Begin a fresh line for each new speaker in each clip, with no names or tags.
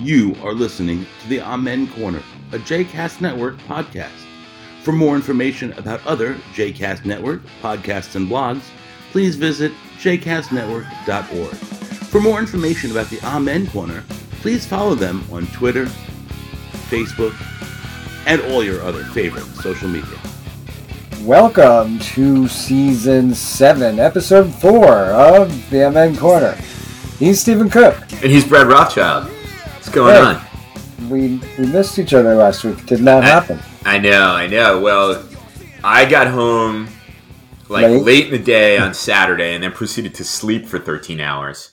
You are listening to the Amen Corner, a JCast Network podcast. For more information about other JCast Network podcasts and blogs, please visit jcastnetwork.org. For more information about the Amen Corner, please follow them on Twitter, Facebook, and all your other favorite social media.
Welcome to season seven, episode four of the MN Corner. He's Stephen Cook.
And he's Brad Rothschild. What's going
Hey.
on?
We we missed each other last week. Did not happen.
I know, I know. Well, I got home like
Late?
late, in the day on Saturday and then proceeded to sleep for 13 hours.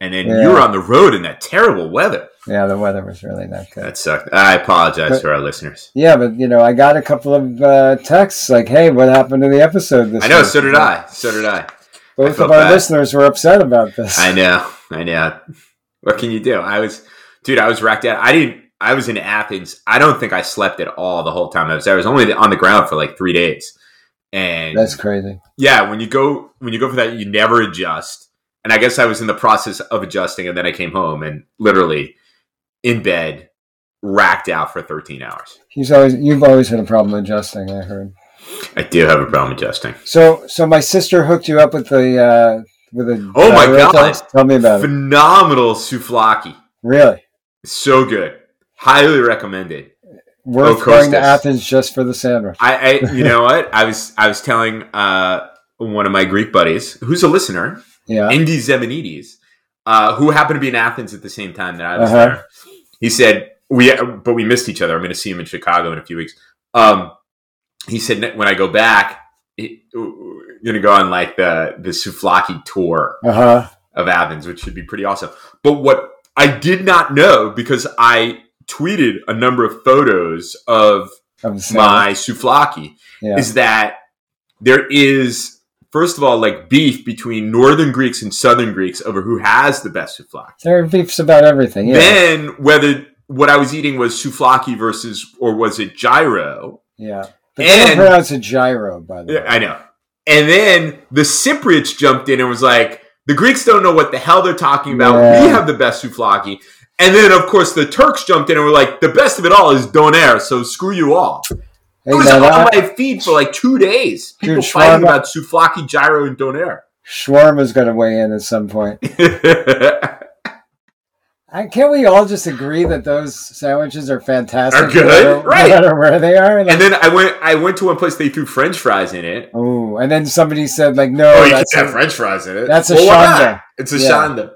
And then
Yeah.
you were on the road in that terrible weather.
Yeah, the weather was really not good.
That sucked. I apologize
But-
to our listeners.
Yeah, but you know, I got a couple of uh, texts like, "Hey, what happened to the episode this?"
I know,
week?"
so did I. So did I. I
Both of
felt
our
bad.
listeners were upset about this.
I know, I know. What can you do? I was, dude, I was racked out. I didn't, I was in Athens. I don't think I slept at all the whole time I was there. I was only on the ground for like three days. And
That's crazy.
yeah when you go when you go for that you never adjust and i guess i was in the process of adjusting and then i came home and literally in bed racked out for 13 hours
He's always you've always had a problem adjusting. I heard.
i do have a problem adjusting
So so my sister hooked you up with the uh, with the.
Oh my
diarrhea
God.
test? Tell me about it.
phenomenal souvlaki
Really.
so good highly recommended
Worth
Oh,
going to
Costas.
Athens just for the sandwich.
i, I you know what i was i was telling uh one of my greek buddies who's a listener
Yeah.
Indy Zemenides, uh, who happened to be in Athens at the same time that I was
Uh-huh.
there. He said, "We, but we missed each other. I'm going to see him in Chicago in a few weeks." Um, he said, "Ne- "When I go back, it- we're going to go on like the the Souvlaki tour
Uh huh.
of Athens, which should be pretty awesome." But what I did not know because I tweeted a number of photos of
Of the sandwich.
my souvlaki
yeah.
is that there is first of all like beef between northern greeks and southern greeks over who has the best souvlaki
There are beefs about everything. Yeah.
then whether what i was eating was souvlaki versus or was it gyro
yeah. But they don't
and-
pronounce it gyro, by the
Yeah,
way.
i know and then the cypriots jumped in and was like the greeks don't know what the hell they're talking about we
Yeah.
have the best souvlaki and then of course the turks jumped in and were like the best of it all is donair so screw you all
Hey,
it was
now
on
that
my feed for like two days people
Dude, shawarma-
fighting about souvlaki gyro and donair
shawarma's going to weigh in at some point.
Are
I, can't we all just agree that those sandwiches are fantastic?
Are
no
good,
matter-
right.
No matter where they are. Like,
and then I went. I went to one place. They threw French fries in it.
ooh, and then somebody said, like, no,
Oh, you can't
that's
have
a-
French fries in it.
that's a
why not?
shanda.
It's a
Yeah.
shanda.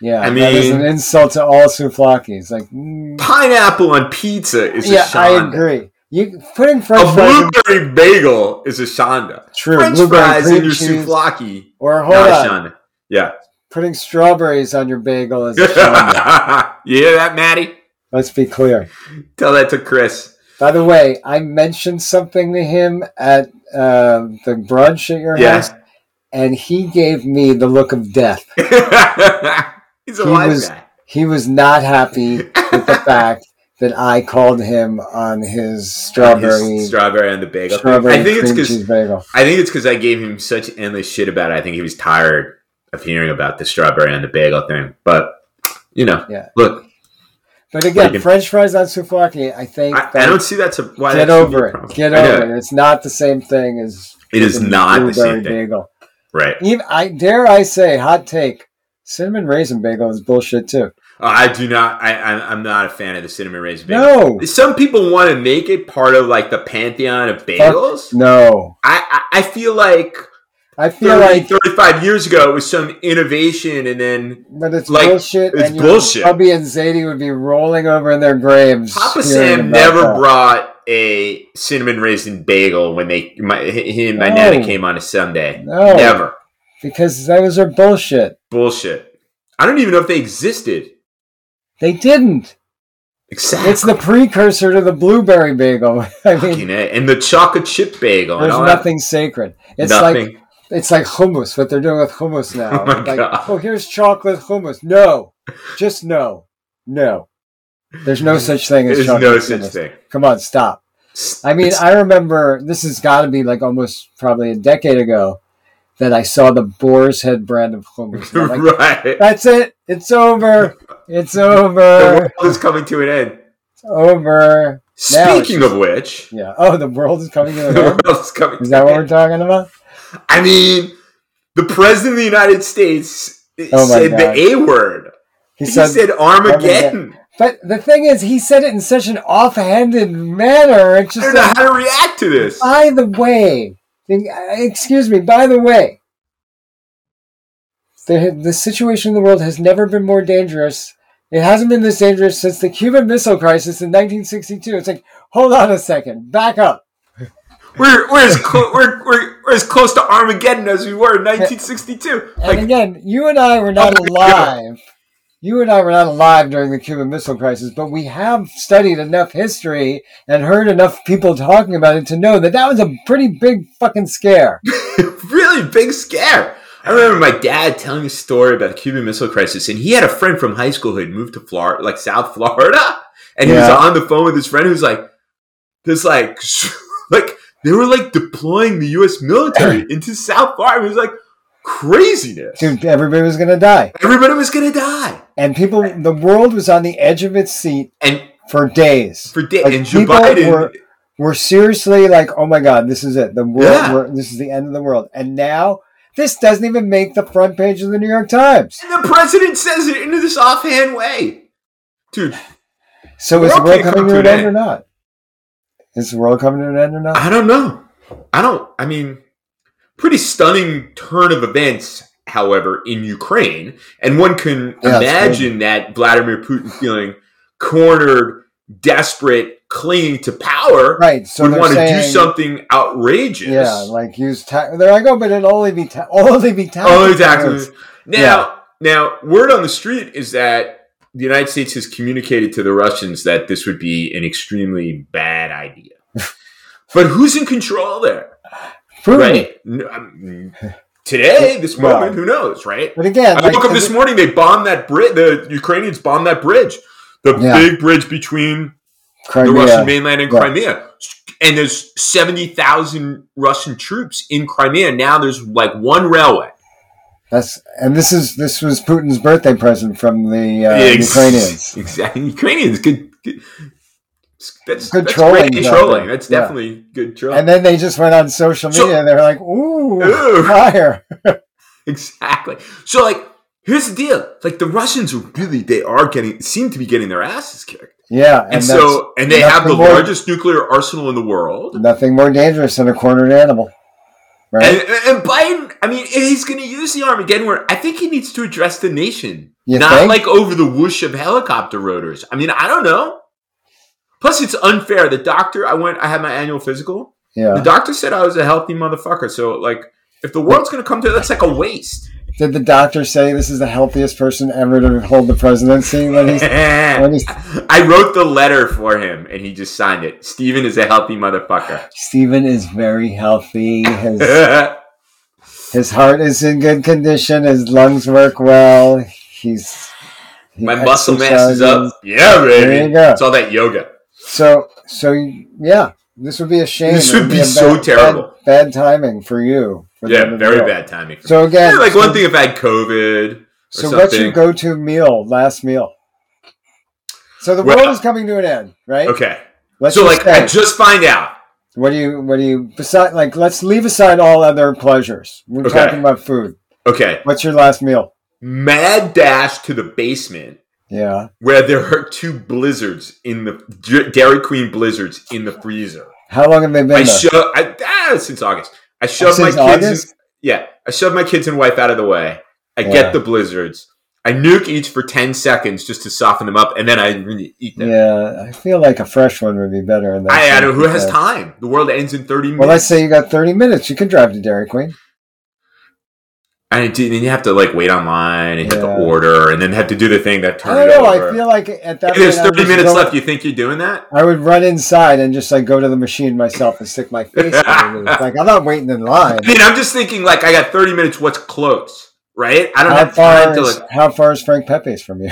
yeah,
I
that is
mean-
an insult to all souvlakis. Like, mm,
Pineapple on pizza is
yeah,
a shanda.
I agree. You putting French
A
fries in-
blueberry bagel is a shanda.
True,
French
blueberry
fries
cream
in your
cheese.
souvlaki,
or hold
not
on,
a shanda. Yeah.
putting strawberries on your bagel is a shanda.
you hear that, Maddie?
Let's be clear.
Tell that to Chris.
By the way, I mentioned something to him at uh, the brunch at your
Yeah.
house, and he gave me the look of death.
He's a
He
wise
was-
guy.
He was not happy with the fact that I called him on his strawberry
His strawberry on the bagel.
strawberry
I think it's
cream
because
cheese bagel.
I think it's because I gave him such endless shit about it. I think he was tired of hearing about the strawberry and the bagel thing. But you know,
Yeah.
look,
But again,
Freaking-
French fries on souvlaki, I think
I, I
that-
don't see that's a why.
get
that should be
over
a
it.
problem.
Get
I know.
over it. It's not the same thing as
It is
freaking
not the
blueberry
same thing,
bagel.
right?
Even, I dare I say, hot take: cinnamon raisin bagel is bullshit too.
Uh, I do not. I, I'm, I'm not a fan of the cinnamon raisin bagel.
No,
Some people want to make it part of like the pantheon of bagels.
no.
I, I I feel like
I feel
30,
like,
35 years ago it was some innovation, and then
but it's
like,
bullshit.
it's
and your
bullshit.
Bubby and Zadie would be rolling over in their graves.
Papa
hearing
Sam
about
never
that.
brought a cinnamon raisin bagel when they my, he and my
No.
nana came on a Sunday.
No.
Never
because those are bullshit.
bullshit. I don't even know if they existed.
They didn't.
Exactly.
It's the precursor to the blueberry bagel. I mean,
Fucking A. and the chocolate chip bagel. and
there's
all that-
nothing sacred. It's like
nothing.
It's like hummus, what they're doing with hummus now.
Oh my
like,
God.
oh, here's chocolate hummus. No, just no, no. There's no such thing as
There's
chocolate
no such
hummus.
thing.
Come on, stop. I mean, I remember this has got to be like almost probably a decade ago that I saw the Boar's Head brand of hummus. And I'm like,
right.
That's it. It's over. It's over.
The world is coming to an end.
It's over. Now it's
Speaking of which,
Yeah. Oh, the world is coming to an
the
end.
world is coming.
Is
to
that
an
what we're
end.
talking about?
I mean, the president of the United States
Oh my
said
God.
the A word.
He
He
said,
said, Armageddon.
Armageddon. but the thing is, he said it in such an offhanded manner. It's
I
just
don't know
like,
how to react to this.
by the way, the- excuse me, by the way, the, the situation in the world has never been more dangerous. It hasn't been this dangerous since the Cuban Missile Crisis in 1962. It's like, hold on a second, back up.
We're, we're, as clo- we're, we're, we're as close to Armageddon as we were in 1962.
And
Like,
again, you and I were not
Oh my
alive. You and I were not alive during the Cuban Missile Crisis, but we have studied enough history and heard enough people talking about it to know that that was a pretty big fucking scare.
really big scare. I remember my dad telling a story about the Cuban Missile Crisis, and he had a friend from high school who had moved to Florida, like South Florida, and he was
Yeah.
on the phone with his friend who's like, "This like, like they were like deploying the U.S. military into South Florida." It was like craziness.
Dude, everybody was going to die.
Everybody was gonna die,
and people the world was on the edge of its seat
and
for days
for da-
Like,
and Joe
people
Biden,
were- we're seriously like oh my god this is it the world
Yeah.
we're- this is the end of the world and now this doesn't even make the front page of the new york times
and the president says it in this offhand way, dude.
so
The
is the
world
world
can't
coming
come
to an
to an
end or not is the world coming to an end or not
I don't know. I don't. I mean, pretty stunning turn of events. However, in Ukraine, and one can
Yeah, it's
imagine that Vladimir Putin feeling cornered, desperate, clinging to power,
right so
would
they're
want to
saying
do something outrageous.
yeah like use ta- they're like oh but it'll only be ta- only be tactical
Oh, exactly.
moves."
Now, now, word on the street is that the United States has communicated to the Russians that this would be an extremely bad idea. but who's in control there?
Putin.
Right. N- um, Today, this
Well,
moment, who knows, right?
but again
I
like,
woke up
is
this
it-
morning. They bombed that bridge. The Ukrainians bombed that bridge, the
Yeah.
big bridge between the
Crimea.
Russian mainland and
Right.
Crimea. And there's seventy thousand Russian troops in Crimea now. There's like one railway.
That's and this is this was Putin's birthday present from the uh,
Ex-
Ukrainians.
exactly. Ukrainians, good. good that's
Good
good that's
trolling,
trolling. Great
though.
trolling. That's
Yeah.
definitely good trolling.
And then they just went on social
So-
media and they're like, "Ooh,
Ooh.
fire!"
Exactly. So like here's the deal. Like the Russians are really they are getting seem to be getting their asses kicked.
Yeah,
And, so and they
that's
have
the
the
word.
largest nuclear arsenal in the world.
that's nothing more dangerous than a cornered animal, right?
And, and Biden, I mean, he's going to use the Armageddon word. I think he needs to address the nation,
You
not
think?
like over the whoosh of helicopter rotors. I mean, I don't know. Plus, it's unfair. The doctor, I went, I had my annual physical. The
yeah.
doctor said I was a healthy motherfucker. So, like, if the world's going to come to, that's like a waste.
Did the doctor say this is the healthiest person ever to hold the presidency? When he's, when he's
I wrote the letter for him and he just signed it. Steven is a healthy motherfucker.
Stephen is very healthy. His his heart is in good condition. His lungs work well. He's he
My muscle mass is
exercises.
up. Yeah, baby.
There you go.
It's all that yoga.
So, so yeah, this would be a shame. It
This would
a
be so terrible.
Bad, bad timing for you. for the end
Yeah,
of the
very
meal.
bad timing.
So again,
Yeah, like
so,
one thing if I had COVID.
So, what's your
something.
go-to meal? Last meal. So the
Well-
world is coming to an end, right?
Okay.
Let's
so
just
like I
say,
just find out.
what do you, what do you, beside, like, let's leave aside all other pleasures. We're
Okay.
talking about food.
Okay.
What's your last meal?
Mad dash to the basement
Yeah.
where there are two blizzards in the J- Dairy Queen blizzards in the freezer.
How long have they been
I
there?
shove I ah, since August. I shoved
Oh, Since
my kids in-
August?
yeah, I shoved my kids and wife out of the way. I
Yeah.
get the blizzards. I nuke each for 10 seconds just to soften them up and then I really eat them.
yeah, I feel like a fresh one would be better. In that
I, I
sense,
don't who has
because-
time? The world ends in 30 minutes.
Well, let's say you got thirty minutes. You could drive to Dairy Queen.
And it- then you have to like wait online and you have
Yeah.
to order and then have to do the thing that turns
I don't know.
over.
I feel like at that
If there's
point, I
30
would
minutes
go-
left. You think you're doing that?
I would run inside and just like go to the machine myself and stick my face in it. It's like I'm not waiting in line.
I mean, I'm just thinking like I got 30 minutes. What's close, right? I don't
How
have time
far
to
is
like.
how far is Frank Pepe's from you?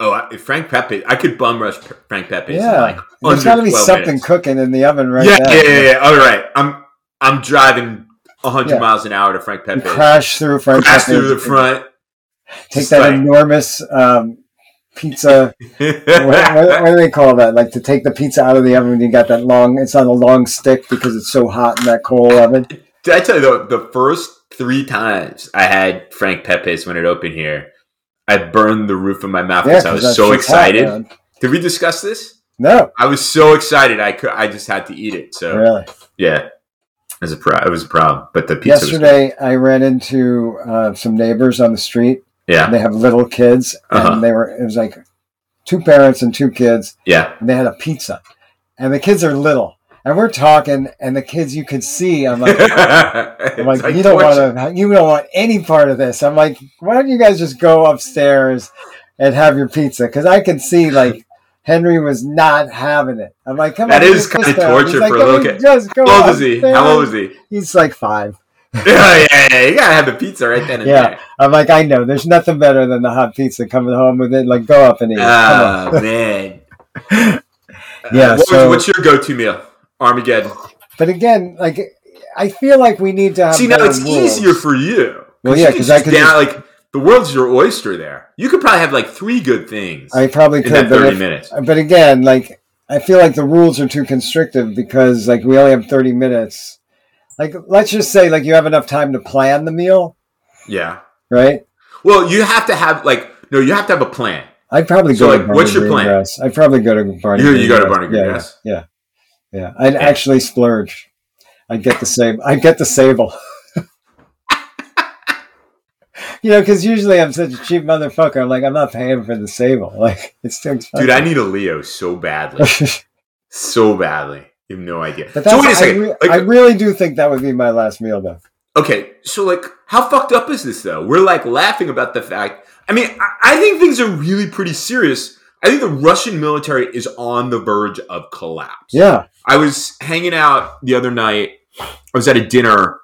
Oh, I, Frank Pepe. I could bum rush P- Frank Pepe's. in,
Yeah.
like
There's
under
got to be
12
something
Oh, minutes.
cooking in the oven right
yeah,
now.
yeah, yeah, yeah. All right, I'm I'm driving hundred
Yeah.
miles an hour to Frank
You
Pepe,
crash through French
crash
Pepe's
through the
and
front.
Take
Just
that
like-
enormous um, pizza. what, what, what do they call that? Like to take the pizza out of the oven when you got that long. It's on a long stick because it's so hot in that coal oven.
Did I tell you the, the first three times I had Frank Pepe's when it opened here, I burned the roof of my mouth because I
'cause
was
that's
so
just hot,
excited.
man.
Did we discuss this?
no,
I was so excited I could I just had to eat it. So
really.
yeah, it was a pro- it was a problem. But the pizza was
Yesterday, I ran into uh, some neighbors on the street.
yeah
They have little kids,
Uh-huh.
and they were. It was like two parents and two kids,
yeah
and they had a pizza, and the kids are little, and we're talking, and the kids you could see. I'm like. I'm like,
It's
you don't
torture.
want to, you don't want any part of this. I'm like, why don't you guys just go upstairs and have your pizza? Because I can see like Henry was not having it. I'm like, come
That
on,
is
get this
kinda
down.
torture
He's like,
for a
"Can
little
we
kid.
Just go
How old is he?
upstairs?"
How old is he?
He's like five.
yeah, yeah, yeah. You gotta have the pizza right then and
Yeah.
there.
I'm like, I know. There's nothing better than the hot pizza coming home with it. Like, go up and eat. it. Come on.
Oh man. Uh,
Yeah,
What was-
so-
what's your go-to meal? Armageddon.
But again, like, I feel like we need to have.
See, now
better
it's
rules.
easier for you.
Well, yeah,
you
'cause
just
I could
down, like the world's your oyster. There, you could probably have like three good things
I probably
in
could,
that
but
thirty
if,
minutes.
Uh, but again, like I feel like the rules are too constrictive because like we only have thirty minutes. Like let's just say like you have enough time to plan the meal,
Yeah.
right?
Well, you have to have like no, you have to have a plan.
I'd probably
So,
go.
like,
to Barney
what's your
Green
plan?
Dress. I'd probably go to Barney.
You- you
Green
go to
Dress.
Barney Green
yeah,
Dress?
Yeah, yeah. yeah. I'd actually splurge. I'd get the same. I'd get the sable. you know, because usually I'm such a cheap motherfucker. I'm like, I'm not paying for the sable. Like it's too expensive.
Dude, I need a Leo so badly, so badly. You have no idea.
but that's,
so wait a second.
I, re-
like,
I really do think that would be my last meal, though.
okay, so like, how fucked up is this though? We're like laughing about the fact. I mean, I, I think things are really pretty serious. I think the Russian military is on the verge of collapse.
Yeah.
I was hanging out the other night. I was at a dinner,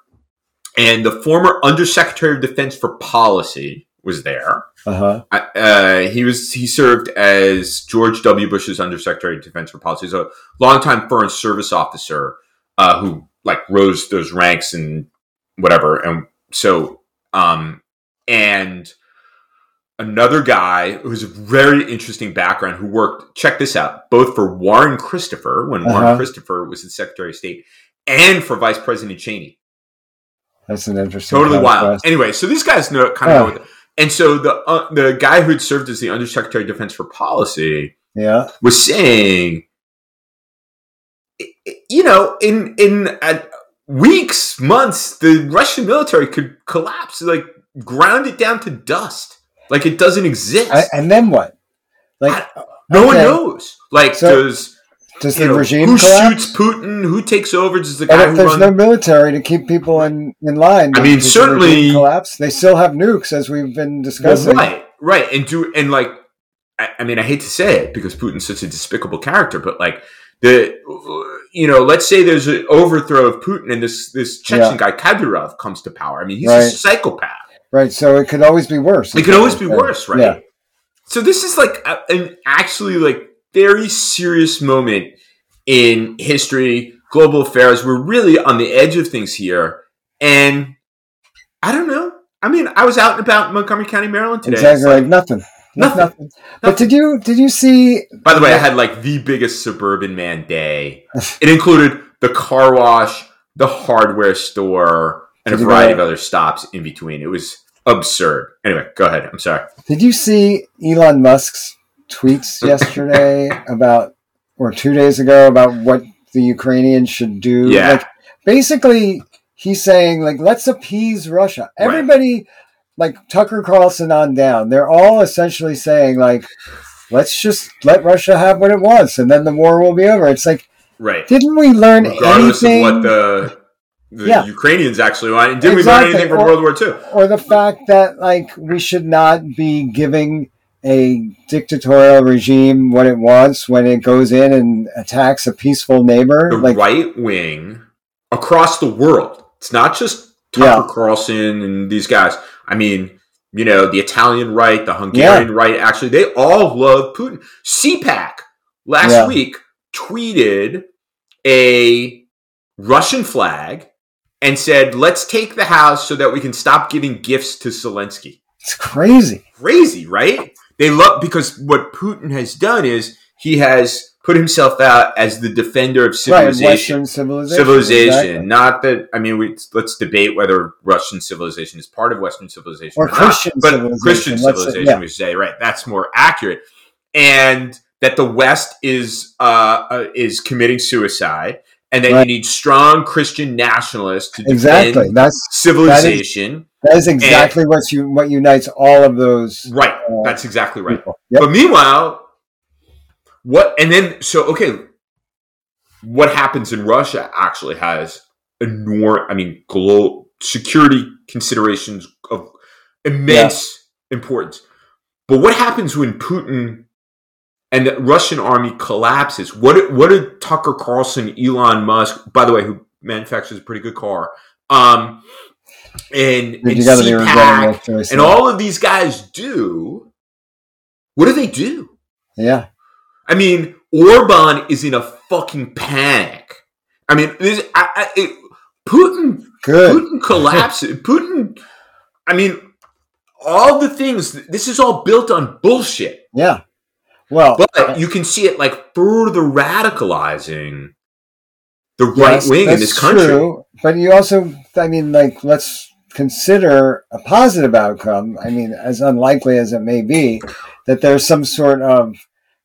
and the former Undersecretary of Defense for Policy was there.
Uh huh.
I- uh, he was he served as George W. Bush's Undersecretary of Defense for Policy. He's a longtime Foreign Service officer uh, who like rose those ranks and whatever. And so, um, and another guy who has a very interesting background who worked. Check this out: both for Warren Christopher when
Uh-huh.
Warren Christopher was the Secretary of State, and for Vice President Cheney
That's an interesting.
totally wild.
contrast.
Anyway, so these guys know kind of
Yeah.
know what. And so the uh, the guy who had served as the Undersecretary of Defense for Policy
Yeah.
was saying, i- i- you know, in in uh, weeks, months, the Russian military could collapse, like ground it down to dust, like it doesn't exist.
I, and then what? Like,
no one
okay.
knows. Like
So,
does
does
you
the
know,
regime
who
collapse?
shoots Putin? Who takes over? Does the guy
And if
who
there's
runs?
no military to keep people in, in line,
I mean,
does the
certainly-
regime collapse. They still have nukes, as we've been
Well,
discussing.
right, right, and do and like, I, I mean, I hate to say it because Putin's such a despicable character, but like the, you know, let's say there's an overthrow of Putin and this this Chechen guy Kadyrov comes to power. I mean, he's
Right.
a psychopath.
Right, So it could always be worse.
It could always be worse, right?
Yeah.
So this is like a, an actually like very serious moment in history, global affairs. We're really on the edge of things here, and I don't know. I mean, I was out and about in Montgomery County, Maryland today.
Exactly. Like nothing.
Nothing.
But did you did you see?
By the way, I had like the biggest suburban man day. It included the car wash, the hardware store, and a
Did you
variety of
go-
other stops in between. It was absurd. Anyway, go ahead. I'm sorry.
Did you see Elon Musk's tweets yesterday about, or two days ago about what the Ukrainians should do?
Yeah.
Like, basically, he's saying like, let's appease Russia.
Right.
Everybody, like Tucker Carlson on down, they're all essentially saying like, let's just let Russia have what it wants, and then the war will be over. It's like,
Right.
didn't we learn
Regardless
anything?
of what the, the
Yeah.
Ukrainians actually want, and didn't
Exactly.
we learn anything from
Or-
World War II?
or the fact that like we should not be giving a dictatorial regime what it wants when it goes in and attacks a peaceful neighbor
The
like
right wing across the world. It's not just Tucker Carlson and these guys. I mean, you know, the Italian right, the Hungarian right, actually, they all love Putin. CPAC last
Yeah.
week tweeted a Russian flag and said, "Let's take the house so that we can stop giving gifts to Zelensky."
It's crazy.
Crazy, right? They love because what Putin has done is he has put himself out as the defender of
Right,
civilization.
Western civilization.
civilization,
exactly.
not that. I mean, we, let's debate whether Russian civilization is part of Western civilization
Or
not,
Christian
but
civilization,
Christian
let's say,
civilization,
yeah.
we should say, right? That's more accurate, and that the West is uh, uh, is committing suicide, and that you
Right.
need strong Christian nationalists to defend
Exactly. That's
civilization.
that is exactly what you what unites all of those
right.
uh,
That's exactly right.
people. Yep.
But meanwhile, what and then so okay, what happens in Russia actually has enormous. I mean, global security considerations of immense importance. But what happens when Putin and the Russian army collapses? What did- what did Tucker Carlson, Elon Musk, by the way, who manufactures a pretty good car, um, and, and
you gotta be regretting
CPAC,
those choices.
and all of these guys do what do they do
yeah.
i mean orban is in a fucking panic i mean this I, I, it, putin
Good.
putin collapses putin i mean all the things this is all built on bullshit
Yeah. Well
but you can see it like further radicalizing the right
Yes,
wing in
that's
this country
True, but you also, I mean, like, let's consider a positive outcome. I mean, as unlikely as it may be, that there's some sort of,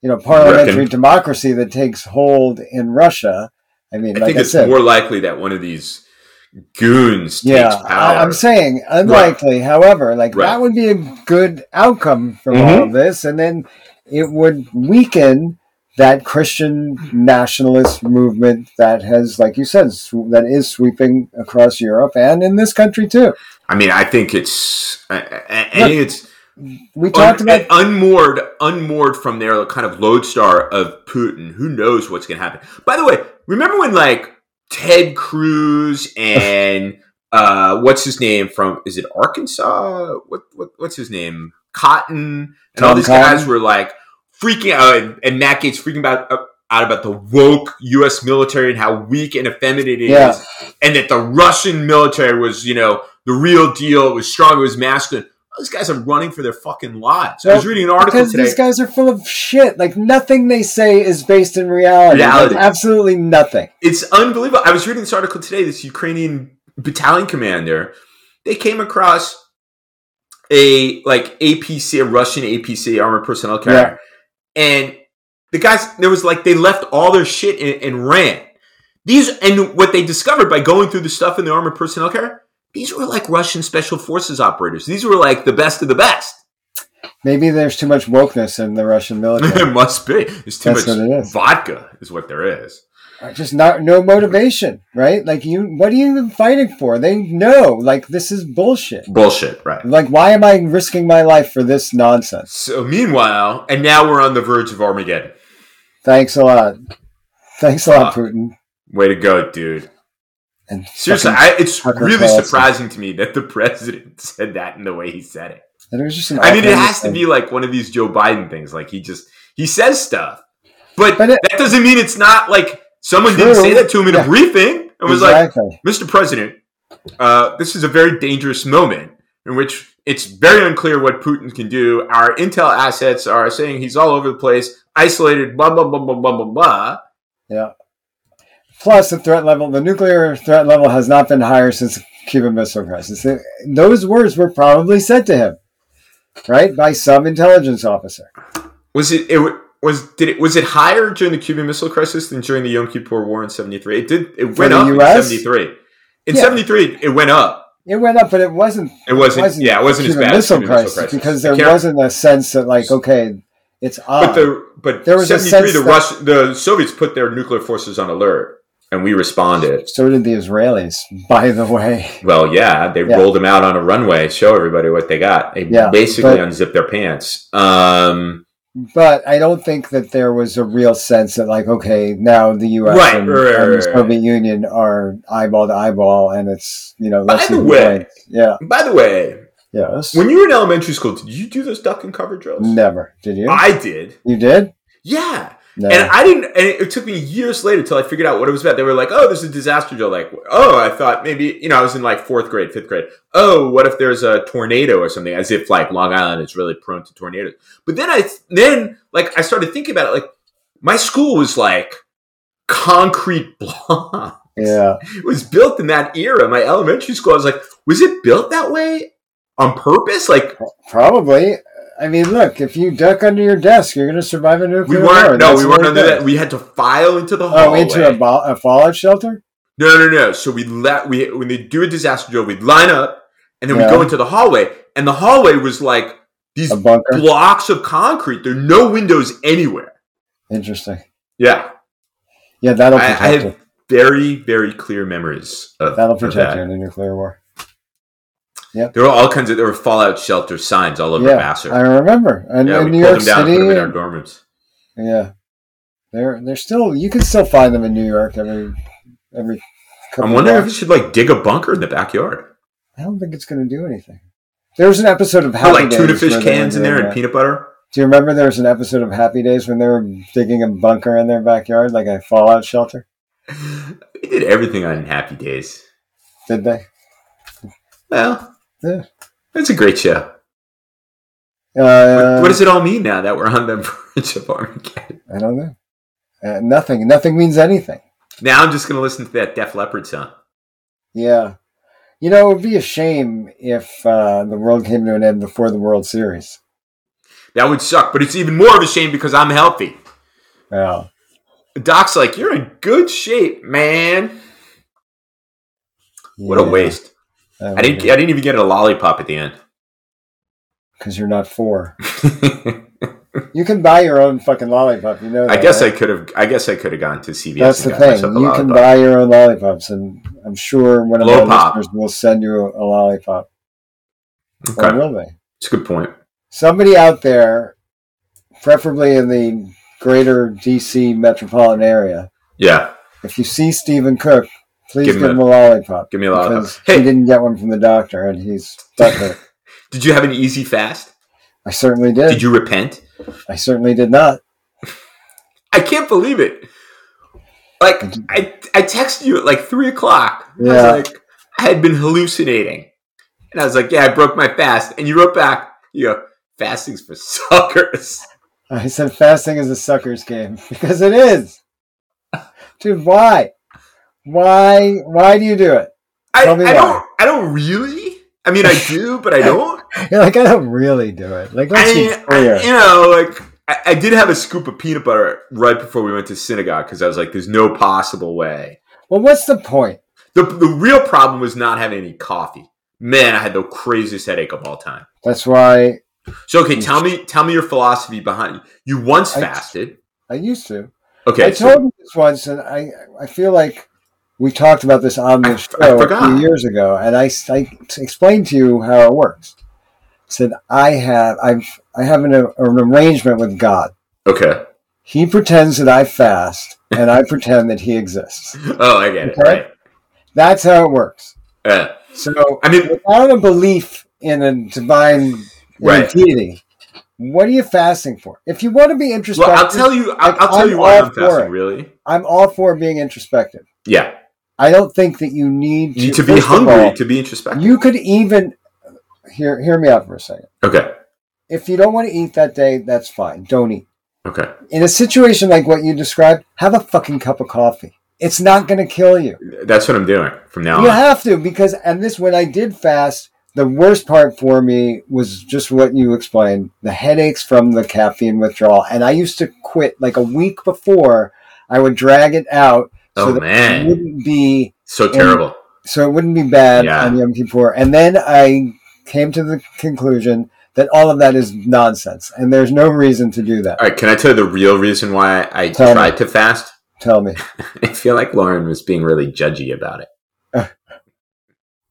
you know, parliamentary
Reckon.
democracy that takes hold in Russia. I mean,
i
like
think
I
it's
said,
more likely that one of these goons
yeah,
takes power
I, I'm saying unlikely. However, like
Right. Mm-hmm.
that would be a good outcome from all of this, and then it would weaken that Christian nationalist movement that has, like you said, sw- that is sweeping across Europe and in this country too.
I mean, I think it's I- I- and it's
We
un,
talked about
unmoored, unmoored from their kind of lodestar of Putin. Who knows what's going to happen? By the way, remember when like Ted Cruz and uh, what's his name from? Is it Arkansas? What, what what's his name? Cotton and all
Tom
these guys
Cotton.
were like freaking out, and, and Matt Gates freaking about. uh, out about the woke U.S. military and how weak and effeminate it is
Yeah.
and that the Russian military was, you know, the real deal. It was strong. It was masculine. Oh, These guys are running for their fucking lives. I was
Well,
reading an article
because
today.
these guys are full of shit. Like nothing they say is based in reality. Like,
Reality.
absolutely nothing.
it's unbelievable. I was reading this article today. This Ukrainian battalion commander, they came across a like APC, a Russian APC, armored personnel carrier, and the guys there was like they left all their shit and, and ran. These and what they discovered by going through the stuff in the armored personnel carrier, these were like Russian special forces operators. These were like the best of the best.
Maybe there's too much wokeness in the Russian military.
There must be. There's too
That's
much
what it is.
vodka, is what there is.
Uh, just not no motivation, right? Like you, what are you even fighting for? They know, like this is bullshit.
Bullshit, right?
Like, why am I risking my life for this nonsense?
So meanwhile, and now we're on the verge of Armageddon.
Thanks a lot. Thanks a lot,
Fuck.
Putin.
Way to go, dude.
And
Seriously,
fucking-
I, it's
Tucker
really
Carlson.
surprising to me that the president said that in the way he said it.
and it was just an
I mean, it
awful-
has to be like one of these Joe Biden things. Like he just he says stuff, but,
But it-
that doesn't mean it's not like someone didn't
True.
say that to him in a
Yeah.
briefing and was like,
exactly.
Mr. President, uh, this is a very dangerous moment in which it's very unclear what Putin can do. Our intel assets are saying he's all over the place, isolated, blah, blah, blah, blah, blah, blah, blah.
Yeah. Plus, the threat level, the nuclear threat level has not been higher since the Cuban Missile Crisis. Those words were probably said to him, right, by some intelligence officer.
Was it, it wa- was, did it, was it higher during the Cuban Missile Crisis than during the Yom Kippur War in 73? It did, it went
the
up
US?
in 73. In
Yeah.
73, it went up.
It went up, but it wasn't
It wasn't,
wasn't
yeah, it wasn't as
Cuban
bad as
Missile
Cuban
Crisis because there wasn't a sense that, like, okay, it's odd.
But the, but
There was a
73, the
sense that-
Russ, the Soviets put their nuclear forces on alert and we responded.
so did the Israelis, by the way.
Well, yeah, they
Yeah.
rolled them out on a runway, show everybody what they got. They
Yeah,
basically
but-
unzipped their pants. Um,
But I don't think that there was a real sense that, like, okay, now the U.S.
Right,
and,
right,
and the
right, right.
Soviet Union are eyeball to eyeball, and it's you know. Let's
By
see
the
who
way-
wins. yeah,
by the way,
yes.
when you were in elementary school, did you do those duck and cover drills?
Never did you?
I did.
you did?
Yeah,
No.
And I didn't. And it took me years later till I figured out what it was about. They were like, "Oh, there's a disaster drill." Like, "Oh, I thought maybe you know I was in like fourth grade, fifth grade. Oh, what if there's a tornado or something?" As if like Long Island is really prone to tornadoes. But then I then like I started thinking about it. Like my school was like concrete block.
yeah.
It was built in that era. My elementary school, I was like, was it built that way on purpose? Like
Probably. I mean, look, if you duck under your desk, you're going to survive a
we
nuclear war.
weren't. No,
That's
we
what
weren't
it
under
is.
that. We had to file into the
Oh,
hallway.
into a, bo- a fallout shelter?
No, no, no. So we let we when they do a disaster drill, we line up and then
Yeah.
we go into the hallway, and the hallway was like these
A bunker?
blocks of concrete. There are no windows anywhere.
Interesting.
Yeah,
Yeah, that'll
I, I
protect you.
have very very clear memories of
That'll
of
protect
that.
you in a nuclear war.
There were all kinds of there were fallout shelter signs all over
yeah,
Vassar.
I remember. And
yeah,
in
we
New
pulled
York
them down, and
City.
put them in our dorm rooms.
yeah. They're, they're still, you can still find them in New York every, every couple
I'm wondering if
blocks.
you should like dig a bunker in the backyard.
I don't think it's going to do anything. There was an episode of
Put
Happy
like
Days.
tuna fish
where they were
cans
doing
in there and
that.
peanut butter.
Do you remember there was an episode of Happy Days when they were digging a bunker in their backyard, like a fallout shelter?
We did everything on Happy Days.
Did they?
Well,
Yeah.
it's a great show.
Uh,
what, what does it all mean now that we're on the bridge of Armageddon?
I don't know. Uh, nothing. Nothing means anything.
Now I'm just going to listen to that Def Leppard song.
Yeah. You know, it would be a shame if uh, the world came to an end before the World Series.
That would suck, but it's even more of a shame because I'm healthy.
Well,
Doc's like, you're in good shape, man. What a
yeah.
waste! I didn't. I didn't even get a lollipop at the end.
Because you're not four. You can buy your own fucking lollipop. You know that.
I guess I
right?
could have. I guess I could have gone to CVS.
That's
and
the
got
thing.
myself a
You can
lollipop.
buy your own lollipops, and I'm sure one of
Blow
our
pop.
listeners will send you a, a lollipop.
Okay.
Or will they?
It's a good point.
somebody out there, preferably in the greater DC metropolitan area,
Yeah.
if you see Stephen Cook, please
Give
give
him
him, a,
a-
lollipop.
give me a lollipop.
Because
Uh, Hey.
he didn't get one from the doctor, and he's stuck with it.
Did you have an easy fast?
I certainly did.
Did you repent?
I certainly did not.
I can't believe it. Like I, I texted you at like three o'clock.
Yeah.
I was like, I had been hallucinating, and I was like, yeah, I broke my fast. And you wrote back, you go, fasting's for suckers.
I said fasting is a sucker's game because it is. Dude, why? Why? Why do you do it?
I,
Tell me why.
I don't, I don't really. I mean, I do, but I don't.
You're like, I don't really do it. Like, let's
I,
be
mean,
clear.
I- you know, like I, I did have a scoop of peanut butter right before we went to synagogue because I was like, there's no possible way.
well, what's the point?
The, the real problem was not having any coffee. Man, I had the craziest headache of all time.
That's why
So okay, tell me tell me your philosophy behind you once
Hmm. I-
fasted.
I used to.
Okay,
I
so
told you this once, and I I feel like we talked about this on
I-
this show
I
a
forgot.
few years ago, and I, I explained to you how it works. said I have I've I have an, an arrangement with God.
okay.
He pretends that I fast, and I pretend that he exists.
Oh, I get it.
Okay.
Right.
That's how it works.
Uh,
So
I mean,
without a belief in a divine in a
Right.
deity, what are you fasting for? If you want to be
well,
introspective,
I'll tell you. I'll,
like,
I'll tell
I'm
you why
all
I'm
for
fasting.
it.
Really?
I'm all for being introspective.
Yeah.
I don't think that you need to,
You need to be
first of
hungry
all,
to be introspective.
You could even hear hear me out for a second.
okay.
If you don't want to eat that day, that's fine. Don't eat.
Okay.
In a situation like what you described, have a fucking cup of coffee. It's not going to kill you.
That's what I'm doing from now
You
on.
have to because and this when I did fast, the worst part for me was just what you explained, the headaches from the caffeine withdrawal. And I used to quit like a week before. I would drag it out so
Oh,
that
man.
it wouldn't be
So terrible.
so it wouldn't be bad
Yeah.
on Yom Kippur. And then I came to the conclusion that all of that is nonsense, and there's no reason to do that.
All right. Can I tell you the real reason why I
Tell me.
tried to fast?
Tell me,
I feel like Lauren was being really judgy about it.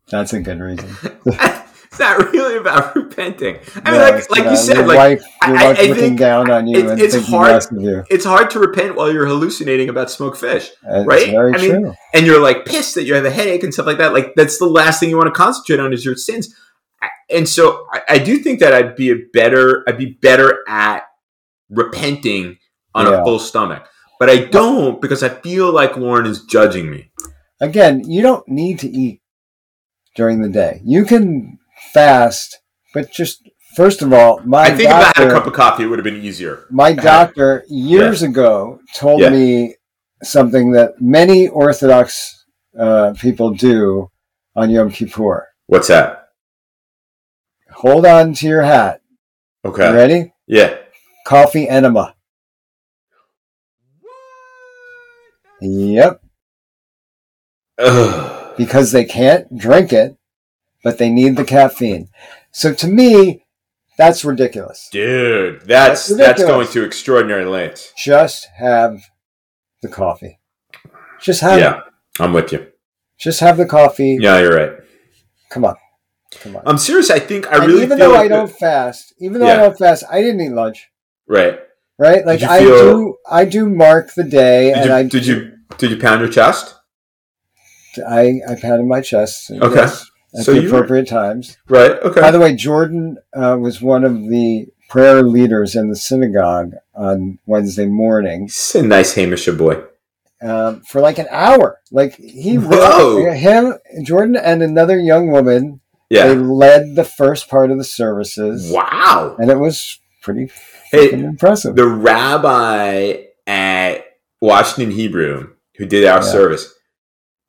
that's a good reason.
it's not really about repenting. I mean,
No,
like
it's
like you
not.
said,
your
like
wife, your
I-
wife
I- I
looking
think
down on you
it's-
and
it's
thinking
hard-
less of you.
it's hard to repent while you're hallucinating about smoked fish.
It's
right?
very
I mean,
true.
and you're like pissed that you have a headache and stuff like that, like that's the last thing you want to concentrate on is your sins. I- And so I, I do think that I'd be a better, I'd be better at repenting on
Yeah.
a full stomach. But I don't because I feel like Lauren is judging me.
Again, you don't need to eat during the day. You can fast, but just first of all, my
I think if I
doctor,
had a cup of coffee, it would have been easier.
my doctor years ago told
Yeah.
me something that many Orthodox uh, people do on Yom Kippur.
What's that?
Hold on to your hat.
Okay.
You ready?
Yeah.
Coffee enema. Yep.
Ugh.
because they can't drink it, but they need the caffeine. So to me, that's ridiculous.
Dude, that's
That's
that's
ridiculous.
going to extraordinary lengths.
Just have the coffee. Just have it.
Yeah, I'm with you.
Just have the coffee.
Yeah, you're right.
Come on. Come on.
I'm serious. I think I
and
really
even
feel
though
like
I
the-
don't fast, even though I
Yeah.
don't fast, I didn't eat lunch.
right.
Right? Like
you
I
feel-
do I do mark the day
Did
and
you,
I
did you did you pound your chest?
I, I pounded my chest
Okay.
yes, at
So
the
you were-
appropriate times.
Right. Okay.
By the way, Jordan uh, was one of the prayer leaders in the synagogue on Wednesday morning
He's a nice Hamish boy.
um, for like an hour. Like he,
Whoa.
him, Jordan, and another young woman. They
Yeah.
led the first part of the services,
Wow.
and it was pretty fucking
Hey,
impressive.
the rabbi at Washington Hebrew who did our
Yeah.
service,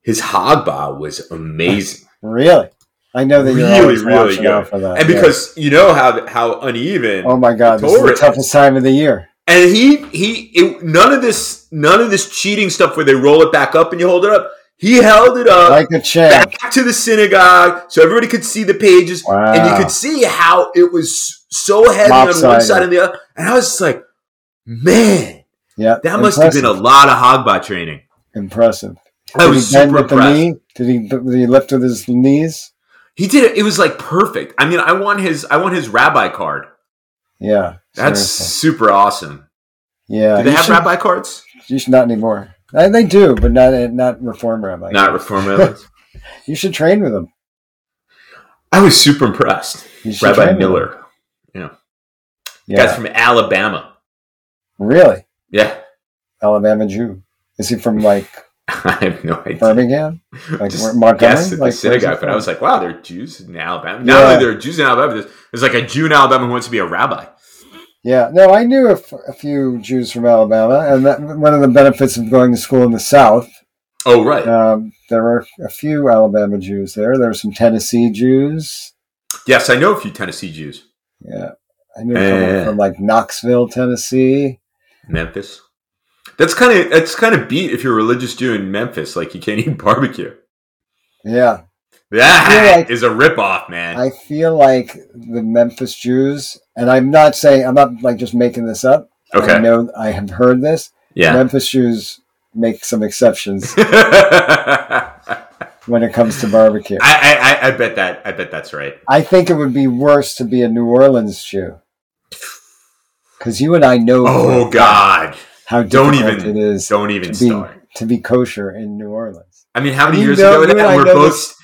his hagbah was amazing.
really, I know that you're
Really,
always
really
watching
good.
out for that.
and
yeah.
because you know how how uneven
oh my god, this is the
Torah-
toughest time of the year.
And he he it, none of this none of this cheating stuff where they roll it back up and you hold it up. He held it up
Like a champ.
back to the synagogue so everybody could see the pages
Wow.
and you could see how it was so heavy on one
Lopsided.
side and the other. And I was just like, man,
yeah,
that must have been a lot of hogba training.
impressive.
I
Did
was
he bend
super
with the
impressed.
knee? Did he, did he lift with his knees?
He did it. It was like perfect. I mean, I want his I want his rabbi card.
Yeah.
That's
seriously.
super awesome.
yeah.
Do they
you
have
should-
rabbi cards?
You should not anymore. Uh, They do, but not not reform rabbi.
Not reform rabbis.
You should train with them.
I was super impressed.
You should
Rabbi
train with them.
Miller.
Yeah.
Guy's from Alabama.
really?
Yeah.
Alabama Jew. Is he from like
I have no idea.
Birmingham? Like
Just
where- Montgomery?
guessed at
Like,
the synagogue,
where's he
but I was like, wow, there are Jews in Alabama. Not
Yeah.
only there are Jews in Alabama, there's, there's like a Jew in Alabama who wants to be a rabbi.
Yeah. No, I knew a, f- a few Jews from Alabama, and that, one of the benefits of going to school in the South,
Oh, right.
um, there were a few Alabama Jews there. There were some Tennessee Jews.
yes, I know a few Tennessee Jews.
Yeah. I knew a couple
Yeah.
from like Knoxville, Tennessee.
Memphis. That's kind of that's kind of beat if you're a religious Jew in Memphis. Like you can't eat barbecue.
Yeah.
That
like-
is a ripoff, man.
I feel like the Memphis Jews, and I'm not saying I'm not like just making this up. I
okay.
know I have heard this.
Yeah.
Memphis Jews make some exceptions
I,
when it comes to barbecue.
I, I I bet that I bet that's right.
I think it would be worse to be a New Orleans Jew, because you and I know
Oh God!
how
Don't
difficult
even-
it is
Don't even
to be
start.
to be kosher in New Orleans.
I mean, how many
You
years
know-
ago?
you and I
That we're
know
both
this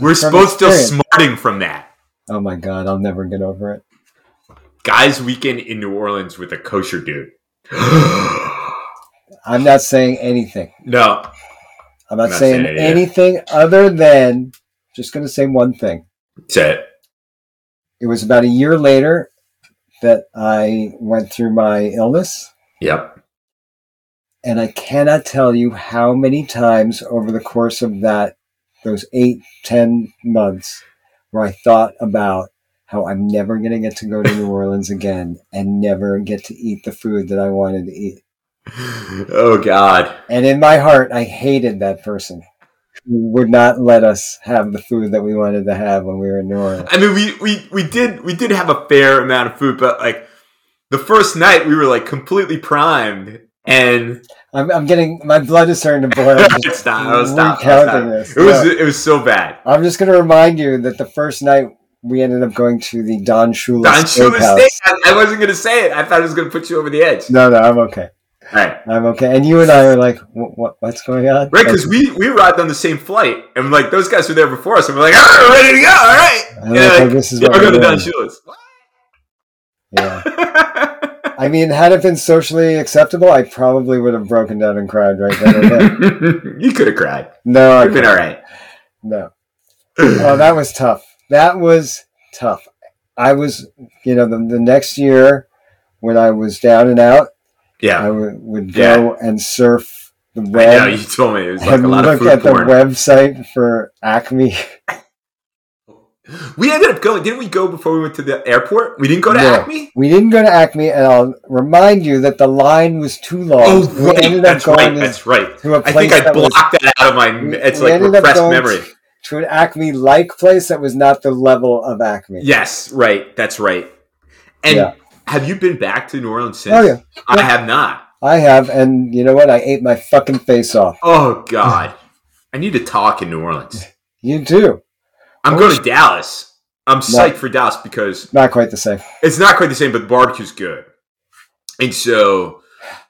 we're
from
both still
experience.
smarting from that.
Oh my God, I'll never get over it.
Guys' weekend in New Orleans with a kosher dude.
I'm not saying anything.
no,
I'm not,
Not
saying,
saying it either.
anything other than just going to say one thing.
that's it.
it was about a year later that I went through my illness.
Yep.
And I cannot tell you how many times over the course of that, those eight, ten months, where I thought about how I'm never going to get to go to New Orleans again and never get to eat the food that I wanted to eat.
Oh God.
And in my heart, I hated that person who would not let us have the food that we wanted to have when we were in New Orleans.
I mean, we, we we did we did have a fair amount of food, but like the first night we were like completely primed, and
I'm, I'm getting, my blood is starting to boil.
it's not. I'll stop. I'll stop.
recounting this.
It was
Yeah.
it was so bad.
I'm just going to remind you that the first night we ended up going to the Don Shula
Don Shula
Steakhouse.
Steak. I, I wasn't gonna say it. I thought it was gonna put you over the edge.
No, no, I'm okay.
All right,
I'm okay. And you and I are like, what, what what's going on?
right? Because we we arrived on the same flight, and like those guys were there before us, and we're like, all right, we're ready to go. All right,
And I'm
Yeah,
like,
like,
this is
yeah,
what
we're
we're
going to Don
doing.
Shula's.
Yeah. I mean, had it been socially acceptable, I probably would have broken down and cried right then and there.
you could have cried.
No, I
You've been all right.
No. oh, that was tough. That was tough. I was, you know, the, the next year when I was down and out, I
Yeah.
w- would go and surf the
I
web
know, you told me it was like a
and
lot
look
of food
at
porn.
the website for Acme.
We ended up going. Didn't we go before we went to the airport? We didn't go to
No.
Acme.
We didn't go to Acme, and I'll remind you that the line was too long.
Oh,
we
right.
ended up
That's right.
going
That's right.
to a
I
place
think I
that was
blocked that out of my.
we-
It's
we
like
ended up
repressed
going
memory.
to an Acme like place that was not the level of Acme.
Yes, right. That's right. And
Yeah.
have you been back to New Orleans since?
Oh, yeah.
I have not.
I have, and you know what? I ate my fucking face off.
Oh God, I need to talk in New Orleans.
You too.
I'm
Oh,
going to Dallas. I'm psyched for Dallas because
Not quite the same.
it's not quite the same, but the barbecue's good. And so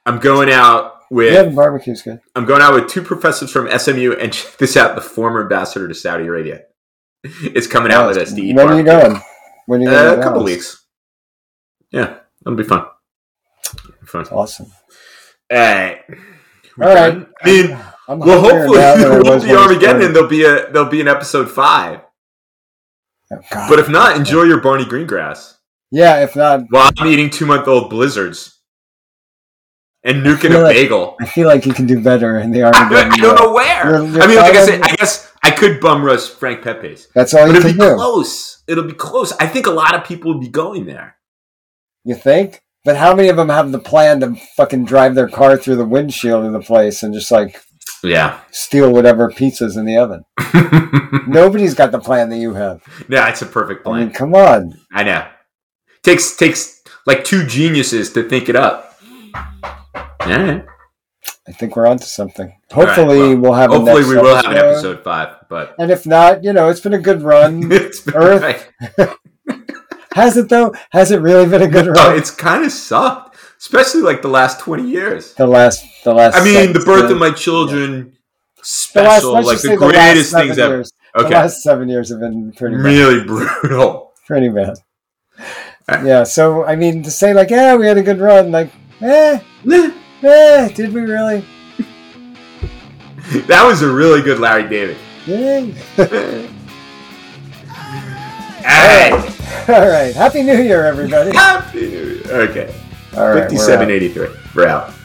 I'm going out with
Yeah, the barbecue's good.
I'm going out with two professors from SMU, and check this out: the former ambassador to Saudi Arabia is coming out with us to eat.
when are you
barbecue.
going? When are you
Uh,
going?
a
to
couple
Dallas?
weeks. Yeah, that'll be fun. Fun. All
Awesome.
right.
All right.
I mean,
I'm
well,
hungrier
hopefully
now than I
there will
was
be
when I was
Armageddon, and
born.
there'll be a there'll be an episode five.
Oh, God.
But if not, enjoy your Barney Greengrass.
yeah, if not,
While I'm eating two month old blizzards and nuking
feel
a
like-
bagel.
I feel like you can do better in the
I don't,
Armageddon.
I don't
though.
know where.
You're- you're
I mean, like I
probably-
said, I guess I could bum rush Frank Pepe's,
That's all
but
you
it'll be
can do.
close. It'll be close. I think a lot of people will be going there.
You think? But how many of them have the plan to fucking drive their car through the windshield of the place and just like
Yeah.
steal whatever pizza's in the oven?
no,
Nobody's got the plan that you have.
it's a perfect
I mean,
Mm-hmm. plan.
come on.
I know. Takes takes like two geniuses to think it up. All right.
I think we're onto something.
right,
Hopefully,
well,
we'll have.
Hopefully,
a next
we will have an episode five, but
And if not, you know, it's been a good run.
it's been
Earth-
right.
Has it though? Has it really been a good
Oh,
run?
it's kind of sucked, especially like the last twenty years.
the last, the last.
I mean, the
sentence,
birth
the-
of my children
the last-
special,
let's
like
just say
the
last
greatest
seven
things ever.
years. The
Okay,
last seven years have been pretty bad.
really brutal.
pretty bad.
Alright.
Yeah, so I mean, to say like, yeah, we had a good run, like, eh,
Nah,
eh, did we really?
that was a really good Larry David.
Yay!
Alright.
All right, happy New Year, everybody.
Happy New Year. Okay,
All right, we're out.
fifty-seven eighty-three. We're out.